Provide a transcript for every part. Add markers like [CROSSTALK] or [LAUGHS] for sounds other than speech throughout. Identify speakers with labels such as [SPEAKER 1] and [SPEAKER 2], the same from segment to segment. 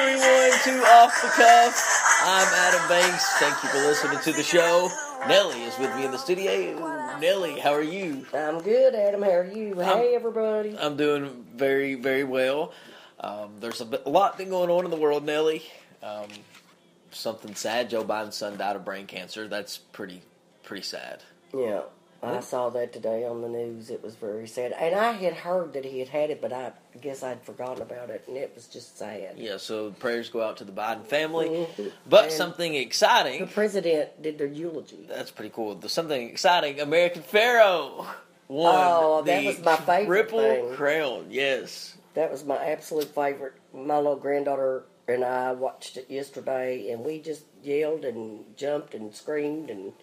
[SPEAKER 1] to Off the Cuff. I'm Adam Banks. Thank you for listening to the show. Nelly is with me in the studio. Nelly, how are you?
[SPEAKER 2] I'm good, Adam. How are you? hey, everybody.
[SPEAKER 1] I'm doing very, very well. Um, there's a bit- a lot thing going on in the world, Nelly. Um, something sad. Joe Biden's son died of brain cancer. That's pretty, pretty sad.
[SPEAKER 2] yeah, I saw that today on the news. It was very sad, and I had heard that he had had it, but I guess I'd forgotten about it, and it was just sad.
[SPEAKER 1] Yeah. So prayers go out to the Biden family.
[SPEAKER 2] Mhm.
[SPEAKER 1] But
[SPEAKER 2] And
[SPEAKER 1] something
[SPEAKER 2] The
[SPEAKER 1] exciting.
[SPEAKER 2] president did their eulogy.
[SPEAKER 1] That's pretty cool. There's something exciting. American Pharaoh won
[SPEAKER 2] Oh, that
[SPEAKER 1] the
[SPEAKER 2] was my favorite
[SPEAKER 1] triple
[SPEAKER 2] thing.
[SPEAKER 1] crown. Yes.
[SPEAKER 2] That was my absolute favorite. My little granddaughter and I watched it yesterday, and we just yelled and jumped and screamed, and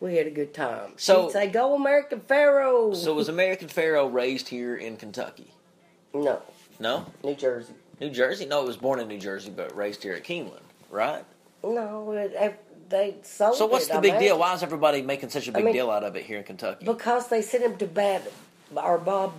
[SPEAKER 2] we had a good time.
[SPEAKER 1] So-
[SPEAKER 2] She'd say, "Go American Pharaoh!"
[SPEAKER 1] So was American Pharaoh raised here in Kentucky?
[SPEAKER 2] no,
[SPEAKER 1] No,
[SPEAKER 2] New Jersey.
[SPEAKER 1] New Jersey. No, it was born in New Jersey, but raised here at Keeneland, right?
[SPEAKER 2] No, it, it- they sold
[SPEAKER 1] So what's
[SPEAKER 2] it,
[SPEAKER 1] the
[SPEAKER 2] Oh, I
[SPEAKER 1] big
[SPEAKER 2] imagine.
[SPEAKER 1] deal? Why is everybody making such a big
[SPEAKER 2] mean-
[SPEAKER 1] deal out of it here in Kentucky?
[SPEAKER 2] Because they sent him to Bab or Bob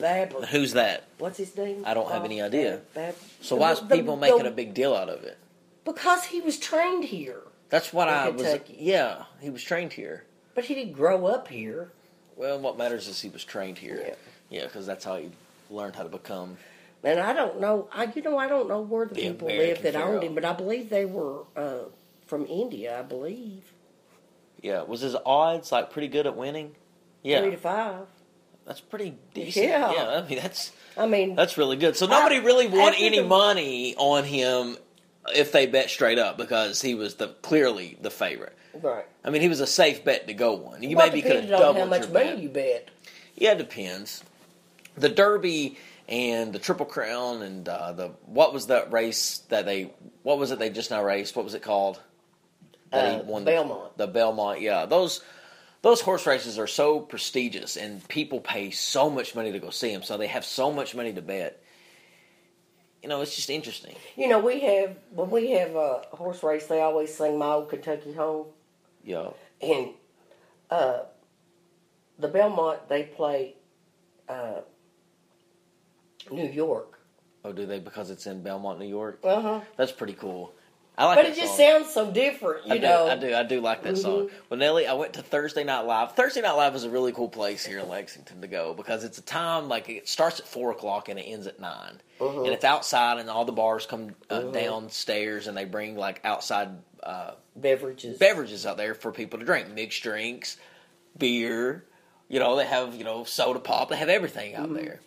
[SPEAKER 2] Babbitt.
[SPEAKER 1] Who's that?
[SPEAKER 2] What's his name?
[SPEAKER 1] I don't have
[SPEAKER 2] Bob
[SPEAKER 1] any idea.
[SPEAKER 2] Bab-
[SPEAKER 1] So why is
[SPEAKER 2] The- the-
[SPEAKER 1] people making
[SPEAKER 2] the-
[SPEAKER 1] a big deal out of it?
[SPEAKER 2] Because he was trained here,
[SPEAKER 1] That's what
[SPEAKER 2] In
[SPEAKER 1] I was.
[SPEAKER 2] Kentucky.
[SPEAKER 1] Yeah, he was trained here.
[SPEAKER 2] but he didn't grow up here.
[SPEAKER 1] Well, what matters is he was trained here.
[SPEAKER 2] Yeah.
[SPEAKER 1] Yeah, because that's how he learned how to become.
[SPEAKER 2] And I don't know. I you know I don't know where the,
[SPEAKER 1] The
[SPEAKER 2] people
[SPEAKER 1] American
[SPEAKER 2] lived that
[SPEAKER 1] Pharaoh.
[SPEAKER 2] owned him, but I believe they were uh, from India. I believe
[SPEAKER 1] Yeah, was his odds like pretty good at winning?
[SPEAKER 2] three
[SPEAKER 1] Yeah,
[SPEAKER 2] to five.
[SPEAKER 1] that's pretty decent. Yeah.
[SPEAKER 2] Yeah.
[SPEAKER 1] I mean that's
[SPEAKER 2] I mean,
[SPEAKER 1] that's really good. So nobody really won
[SPEAKER 2] after
[SPEAKER 1] any
[SPEAKER 2] the-
[SPEAKER 1] money on him if they bet straight up because he was the clearly the favorite.
[SPEAKER 2] right.
[SPEAKER 1] I mean, he was a safe bet to go one. You
[SPEAKER 2] Well, it
[SPEAKER 1] maybe could have
[SPEAKER 2] depended on
[SPEAKER 1] doubled
[SPEAKER 2] how much
[SPEAKER 1] your
[SPEAKER 2] money
[SPEAKER 1] bet.
[SPEAKER 2] you bet.
[SPEAKER 1] Yeah, it depends. The Derby and the Triple Crown and uh, the what was that race that they what was it they just now raced? What was it called? That
[SPEAKER 2] Uh,
[SPEAKER 1] he won
[SPEAKER 2] Belmont.
[SPEAKER 1] The, Belmont, yeah. Those those horse races are so prestigious, and people pay so much money to go see them, so they have so much money to bet. You know, it's just interesting.
[SPEAKER 2] You know, we have when we have a horse race, they always sing "My Old Kentucky Home."
[SPEAKER 1] Yeah,
[SPEAKER 2] And uh, the Belmont, they play uh, New York.
[SPEAKER 1] oh, do they? Because it's in Belmont, New York.
[SPEAKER 2] Uh huh.
[SPEAKER 1] That's pretty cool. I like.
[SPEAKER 2] But
[SPEAKER 1] that
[SPEAKER 2] it just
[SPEAKER 1] song.
[SPEAKER 2] sounds so different, you
[SPEAKER 1] I do,
[SPEAKER 2] know. Mm-hmm.
[SPEAKER 1] I do. I do like that song. Well, Nelly, I went to Thursday Night Live. Thursday Night Live is a really cool place here in Lexington to go because it's a time like it starts at four o'clock and it ends at 9
[SPEAKER 2] Mm-hmm.
[SPEAKER 1] and it's outside, and all the bars come uh, downstairs and they bring like outside uh,
[SPEAKER 2] Beverages.
[SPEAKER 1] beverages out there for people to drink, mixed drinks, beer. You know, they have you know soda pop. They have everything out there.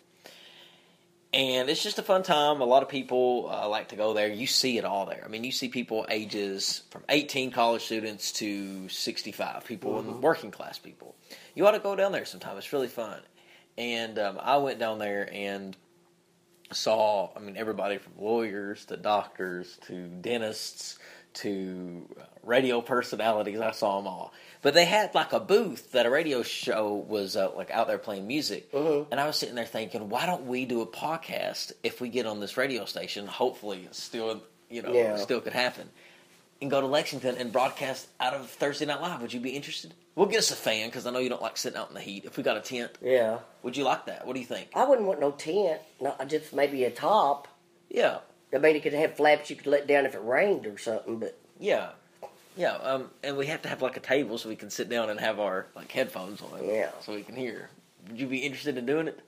[SPEAKER 1] And it's just a fun time. A lot of people uh, like to go there. You see it all there. I mean, you see people ages from 18 college students to 65 people and working class people. You ought to go down there sometime. It's really fun. And um, I went down there and saw, I mean, everybody from lawyers to doctors to dentists to uh, radio personalities. I saw them all. But they had like a booth that a radio show was uh, like out there playing music. And I was sitting there thinking, why don't we do a podcast if we get on this radio station? Hopefully, it's still, you know,
[SPEAKER 2] Yeah.
[SPEAKER 1] still could happen. And go to Lexington and broadcast out of Thursday Night Live. Would you be interested? We'll get us a fan because I know you don't like sitting out in the heat. If we got a tent,
[SPEAKER 2] Yeah.
[SPEAKER 1] would you like that? What do you think?
[SPEAKER 2] I wouldn't want no tent. No, I just maybe a top.
[SPEAKER 1] Yeah.
[SPEAKER 2] I mean, it could have flaps you could let down if it rained or something, but
[SPEAKER 1] Yeah, yeah, um, and we have to have like a table so we can sit down and have our like headphones on.
[SPEAKER 2] Yeah.
[SPEAKER 1] so we can hear. Would you be interested in doing it?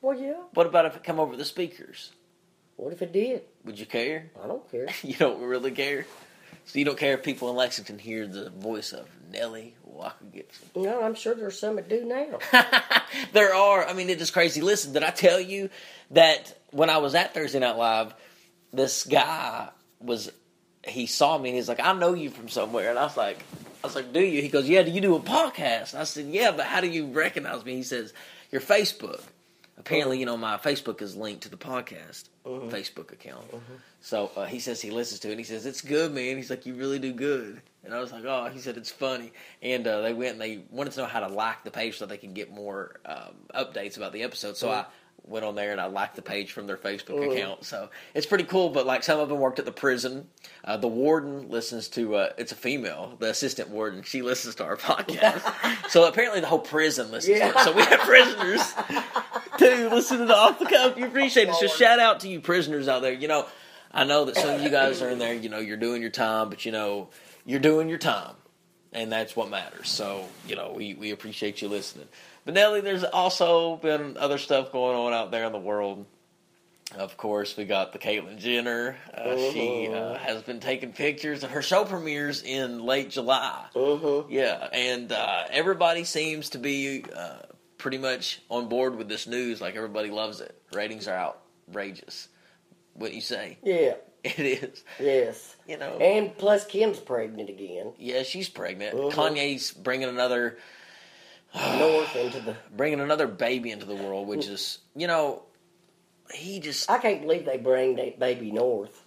[SPEAKER 2] well, yeah.
[SPEAKER 1] What about if it come over the speakers?
[SPEAKER 2] What if it did?
[SPEAKER 1] Would you care? [LAUGHS]
[SPEAKER 2] I don't [LAUGHS] care.
[SPEAKER 1] You don't really care. So you don't care if people in Lexington hear the voice of Nellie Walker Gibson.
[SPEAKER 2] No, I'm sure there's some that do now.
[SPEAKER 1] there are. I mean, it is crazy. Listen, did I tell you that when I was at Thursday Night Live, this guy was he saw me and he's like, "I know you from somewhere," and I was like, "I was like, do you?" He goes, "Yeah, do you do a podcast?" And I said, "Yeah, but how do you recognize me?" He says, "Your Facebook." Apparently, you know, my Facebook is linked to the podcast Facebook account. So uh, he says he listens to it. and He says it's good, man. He's like, you really do good. And I was like, oh. He said it's funny. And uh, they went and they wanted to know how to like the page so they could get more um, updates about the episode. So I went on there and I liked the page from their Facebook account. So it's pretty cool. But like some of them worked at the prison. Uh, the warden listens to. Uh, it's a female, the assistant warden. She listens to our [LAUGHS] podcast. so apparently the whole prison listens to it. So we have prisoners too listening to off the cuff. You appreciate it. So shout out to you prisoners out there. You know, I know that some of you guys are in there, you know, you're doing your time, but you know, you're doing your time. And that's what matters. So, you know, we, we appreciate you listening. But Nelly, there's also been other stuff going on out there in the world. Of course, we got the Caitlyn Jenner. Uh, she uh, has been taking pictures of her show premieres in late July.
[SPEAKER 2] [LAUGHS] Mm-hmm.
[SPEAKER 1] Yeah, and uh, everybody seems to be uh, pretty much on board with this news. Like everybody loves it. Ratings are outrageous. What you say? [LAUGHS]
[SPEAKER 2] Yeah.
[SPEAKER 1] It is.
[SPEAKER 2] Yes.
[SPEAKER 1] You know.
[SPEAKER 2] And plus, Kim's pregnant again.
[SPEAKER 1] yeah, she's pregnant.
[SPEAKER 2] Mhm.
[SPEAKER 1] Kanye's bringing another
[SPEAKER 2] North into the.
[SPEAKER 1] bringing another baby into the world, which is you know he just
[SPEAKER 2] I can't believe they bring that baby north.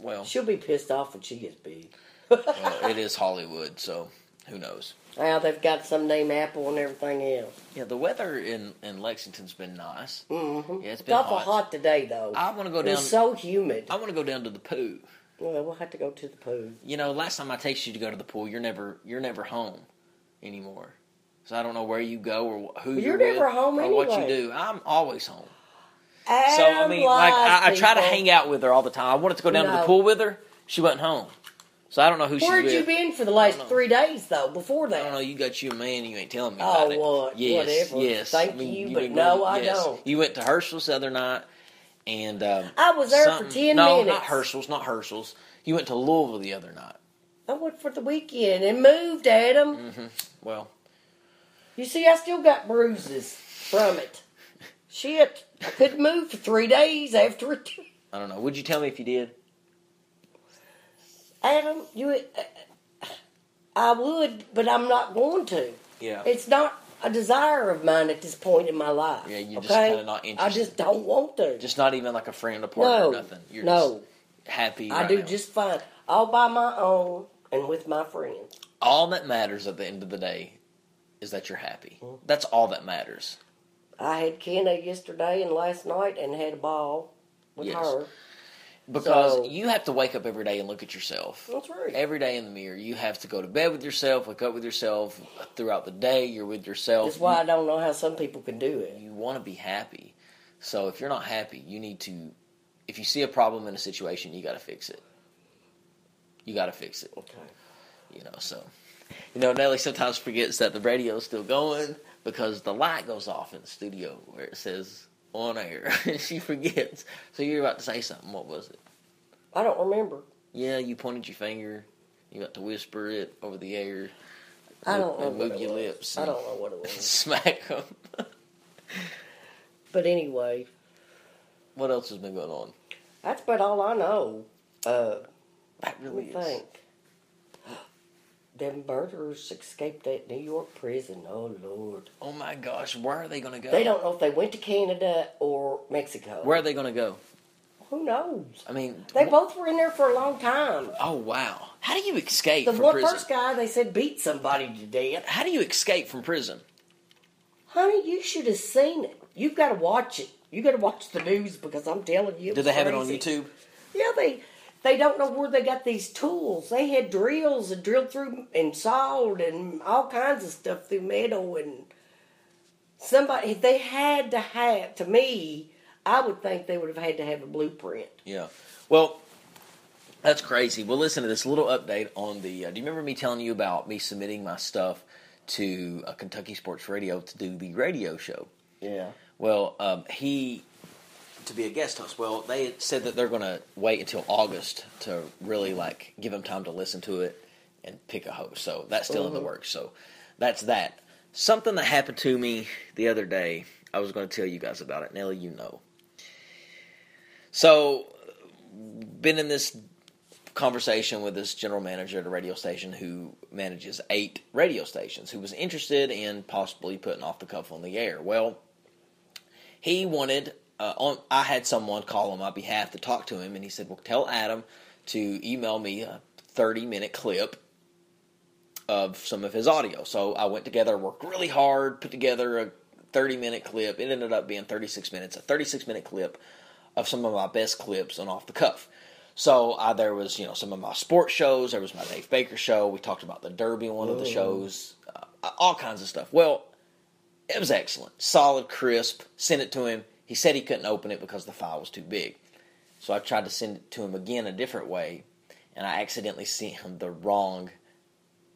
[SPEAKER 1] well,
[SPEAKER 2] She'll be pissed off when she gets big.
[SPEAKER 1] well it is Hollywood, so who knows.
[SPEAKER 2] Now they've got some name Apple and everything else.
[SPEAKER 1] Yeah, the weather in, in Lexington's been nice.
[SPEAKER 2] Mm-hmm.
[SPEAKER 1] Yeah, it's been
[SPEAKER 2] awful
[SPEAKER 1] hot.
[SPEAKER 2] hot. today though.
[SPEAKER 1] I want to go
[SPEAKER 2] it
[SPEAKER 1] down.
[SPEAKER 2] was so humid.
[SPEAKER 1] I want to go down to the poo.
[SPEAKER 2] Well, we'll have to go to the pool.
[SPEAKER 1] you know, last time I texted you to go to the pool, you're never you're never home anymore. So I don't know where you go or wh- who
[SPEAKER 2] You're
[SPEAKER 1] you're,
[SPEAKER 2] never
[SPEAKER 1] with
[SPEAKER 2] home
[SPEAKER 1] or what you
[SPEAKER 2] anyway.
[SPEAKER 1] do. I'm always home. So I mean, like I, I try to hang out with her all the time. I wanted to go down to the
[SPEAKER 2] No.
[SPEAKER 1] pool with her. She wasn't home, so I don't know who she's
[SPEAKER 2] Where'd
[SPEAKER 1] with.
[SPEAKER 2] you been for the last
[SPEAKER 1] know.
[SPEAKER 2] three days though? Before
[SPEAKER 1] I don't know.
[SPEAKER 2] that,
[SPEAKER 1] You got you a man. You ain't telling me
[SPEAKER 2] Oh,
[SPEAKER 1] about it.
[SPEAKER 2] what-
[SPEAKER 1] Yes,
[SPEAKER 2] whatever.
[SPEAKER 1] yes.
[SPEAKER 2] Thank you, but
[SPEAKER 1] been
[SPEAKER 2] no,
[SPEAKER 1] going-
[SPEAKER 2] I
[SPEAKER 1] yes.
[SPEAKER 2] don't.
[SPEAKER 1] You went to Herschel's the other night, and um,
[SPEAKER 2] I was there for
[SPEAKER 1] something-
[SPEAKER 2] 10
[SPEAKER 1] no,
[SPEAKER 2] minutes.
[SPEAKER 1] not Herschel's, not Herschel's. You went to Louisville the other night.
[SPEAKER 2] I went for the weekend and moved, Adam.
[SPEAKER 1] Mm-hmm. Well,
[SPEAKER 2] You see, I still got bruises from it. Shit, I couldn't move for three days after it.
[SPEAKER 1] I don't know. Would you tell me if you did?
[SPEAKER 2] Adam, you, I would, but I'm not going to.
[SPEAKER 1] Yeah.
[SPEAKER 2] It's not a desire of mine at this point in my life.
[SPEAKER 1] Yeah, you're
[SPEAKER 2] okay?
[SPEAKER 1] just kinda not
[SPEAKER 2] I
[SPEAKER 1] interested.
[SPEAKER 2] just don't want to.
[SPEAKER 1] Just not even like a friend or partner
[SPEAKER 2] no,
[SPEAKER 1] or nothing. You're
[SPEAKER 2] no,
[SPEAKER 1] just happy.
[SPEAKER 2] I
[SPEAKER 1] right
[SPEAKER 2] do
[SPEAKER 1] now.
[SPEAKER 2] just fine, all by my own and with my friends.
[SPEAKER 1] all that matters at the end of the day is that you're happy. That's all that matters.
[SPEAKER 2] I had Kenna yesterday and last night and had a ball with
[SPEAKER 1] Yes.
[SPEAKER 2] her.
[SPEAKER 1] Because
[SPEAKER 2] So-
[SPEAKER 1] you have to wake up every day and look at yourself.
[SPEAKER 2] That's right.
[SPEAKER 1] Every day in the mirror, you have to go to bed with yourself, wake up with yourself. Throughout the day, you're with yourself.
[SPEAKER 2] That's why I don't know how some people can do it.
[SPEAKER 1] you want to be happy. So if you're not happy, you need to. If you see a problem in a situation, you got to fix it. You got to fix it.
[SPEAKER 2] Okay.
[SPEAKER 1] you know so you know nelly sometimes forgets that the radio's still going because the light goes off in the studio where it says on air [LAUGHS] and she forgets so you're about to say something what was it
[SPEAKER 2] I don't remember.
[SPEAKER 1] yeah you pointed your finger you got to whisper it over the air
[SPEAKER 2] I don't know.
[SPEAKER 1] and
[SPEAKER 2] what
[SPEAKER 1] move
[SPEAKER 2] it
[SPEAKER 1] your
[SPEAKER 2] was.
[SPEAKER 1] lips
[SPEAKER 2] I
[SPEAKER 1] and- [LAUGHS]
[SPEAKER 2] don't know what it was.
[SPEAKER 1] smack them
[SPEAKER 2] But anyway,
[SPEAKER 1] what else has been going on
[SPEAKER 2] that's about all I know. Uh,
[SPEAKER 1] that
[SPEAKER 2] let
[SPEAKER 1] really
[SPEAKER 2] me
[SPEAKER 1] is
[SPEAKER 2] think. [GASPS] Them murderers escaped that New York prison. Oh Lord!
[SPEAKER 1] oh my gosh where are they gonna go
[SPEAKER 2] They don't know if they went to Canada or Mexico.
[SPEAKER 1] where are they gonna go
[SPEAKER 2] Who knows?
[SPEAKER 1] i mean
[SPEAKER 2] They
[SPEAKER 1] wh-
[SPEAKER 2] both were in there for a long time.
[SPEAKER 1] oh wow how do you escape
[SPEAKER 2] The
[SPEAKER 1] from
[SPEAKER 2] one
[SPEAKER 1] prison
[SPEAKER 2] first guy they said beat somebody to death.
[SPEAKER 1] how do you escape from prison
[SPEAKER 2] Honey, you should have seen it. You've got to watch it. You got to watch the news because I'm telling you.
[SPEAKER 1] do they have it on
[SPEAKER 2] crazy.
[SPEAKER 1] youtube
[SPEAKER 2] Yeah, they they don't know where they got these tools. They had drills and drilled through and sawed and all kinds of stuff through metal and somebody they had to have to me, I would think they would have had to have a blueprint.
[SPEAKER 1] Yeah. Well, that's crazy. Well, listen to this little update on the. Uh, do you remember me telling you about me submitting my stuff to uh, Kentucky Sports Radio to do the radio show?
[SPEAKER 2] Yeah.
[SPEAKER 1] Well, um, he to be a guest host. Well, they had said that they're going to wait until August to really like give him time to listen to it and pick a host. So that's still in the works. So that's that. Something that happened to me the other day. I was going to tell you guys about it. Nelly, you know. So, been in this conversation with this general manager at a radio station who manages eight radio stations who was interested in possibly putting off the cuff on the air. Well, he wanted uh, on, i had someone call on my behalf to talk to him and he said well tell adam to email me a 30 minute clip of some of his audio so i went together worked really hard put together a 30 minute clip it ended up being 36 minutes a 36 minute clip of some of my best clips on off the cuff so I, there was you know some of my sports shows there was my dave baker show we talked about the derby one of the shows uh, all kinds of stuff well it was excellent. Solid, crisp. Sent it to him. He said he couldn't open it because the file was too big. So I tried to send it to him again a different way, and I accidentally sent him the wrong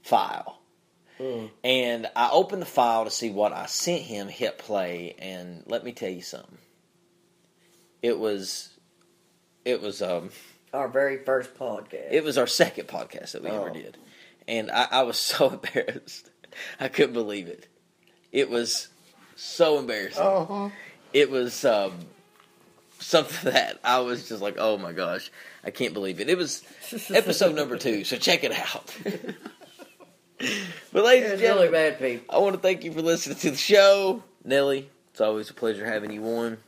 [SPEAKER 1] file. And I opened the file to see what I sent him, hit play, and let me tell you something. It was it was um
[SPEAKER 2] Our very first podcast. [LAUGHS]
[SPEAKER 1] it was our second podcast that we ever
[SPEAKER 2] Oh.
[SPEAKER 1] did. And I, I was [LAUGHS] so embarrassed. I couldn't believe it. It was so embarrassing.
[SPEAKER 2] uh-huh.
[SPEAKER 1] It was um, something [LAUGHS] that I was just like, oh my gosh, I can't believe it. It
[SPEAKER 2] [LAUGHS]
[SPEAKER 1] was episode number two, so check it out. but, ladies and
[SPEAKER 2] It's really
[SPEAKER 1] gentlemen,
[SPEAKER 2] bad people.
[SPEAKER 1] I want to thank you for listening to the show. Nelly, it's always a pleasure having you on.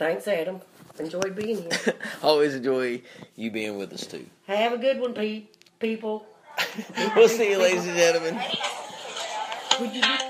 [SPEAKER 2] Thanks, Adam. Enjoyed being here.
[SPEAKER 1] always enjoy you being with us, too.
[SPEAKER 2] Have a good one, Pete. People.
[SPEAKER 1] we'll see you, ladies and gentlemen.
[SPEAKER 2] Would you get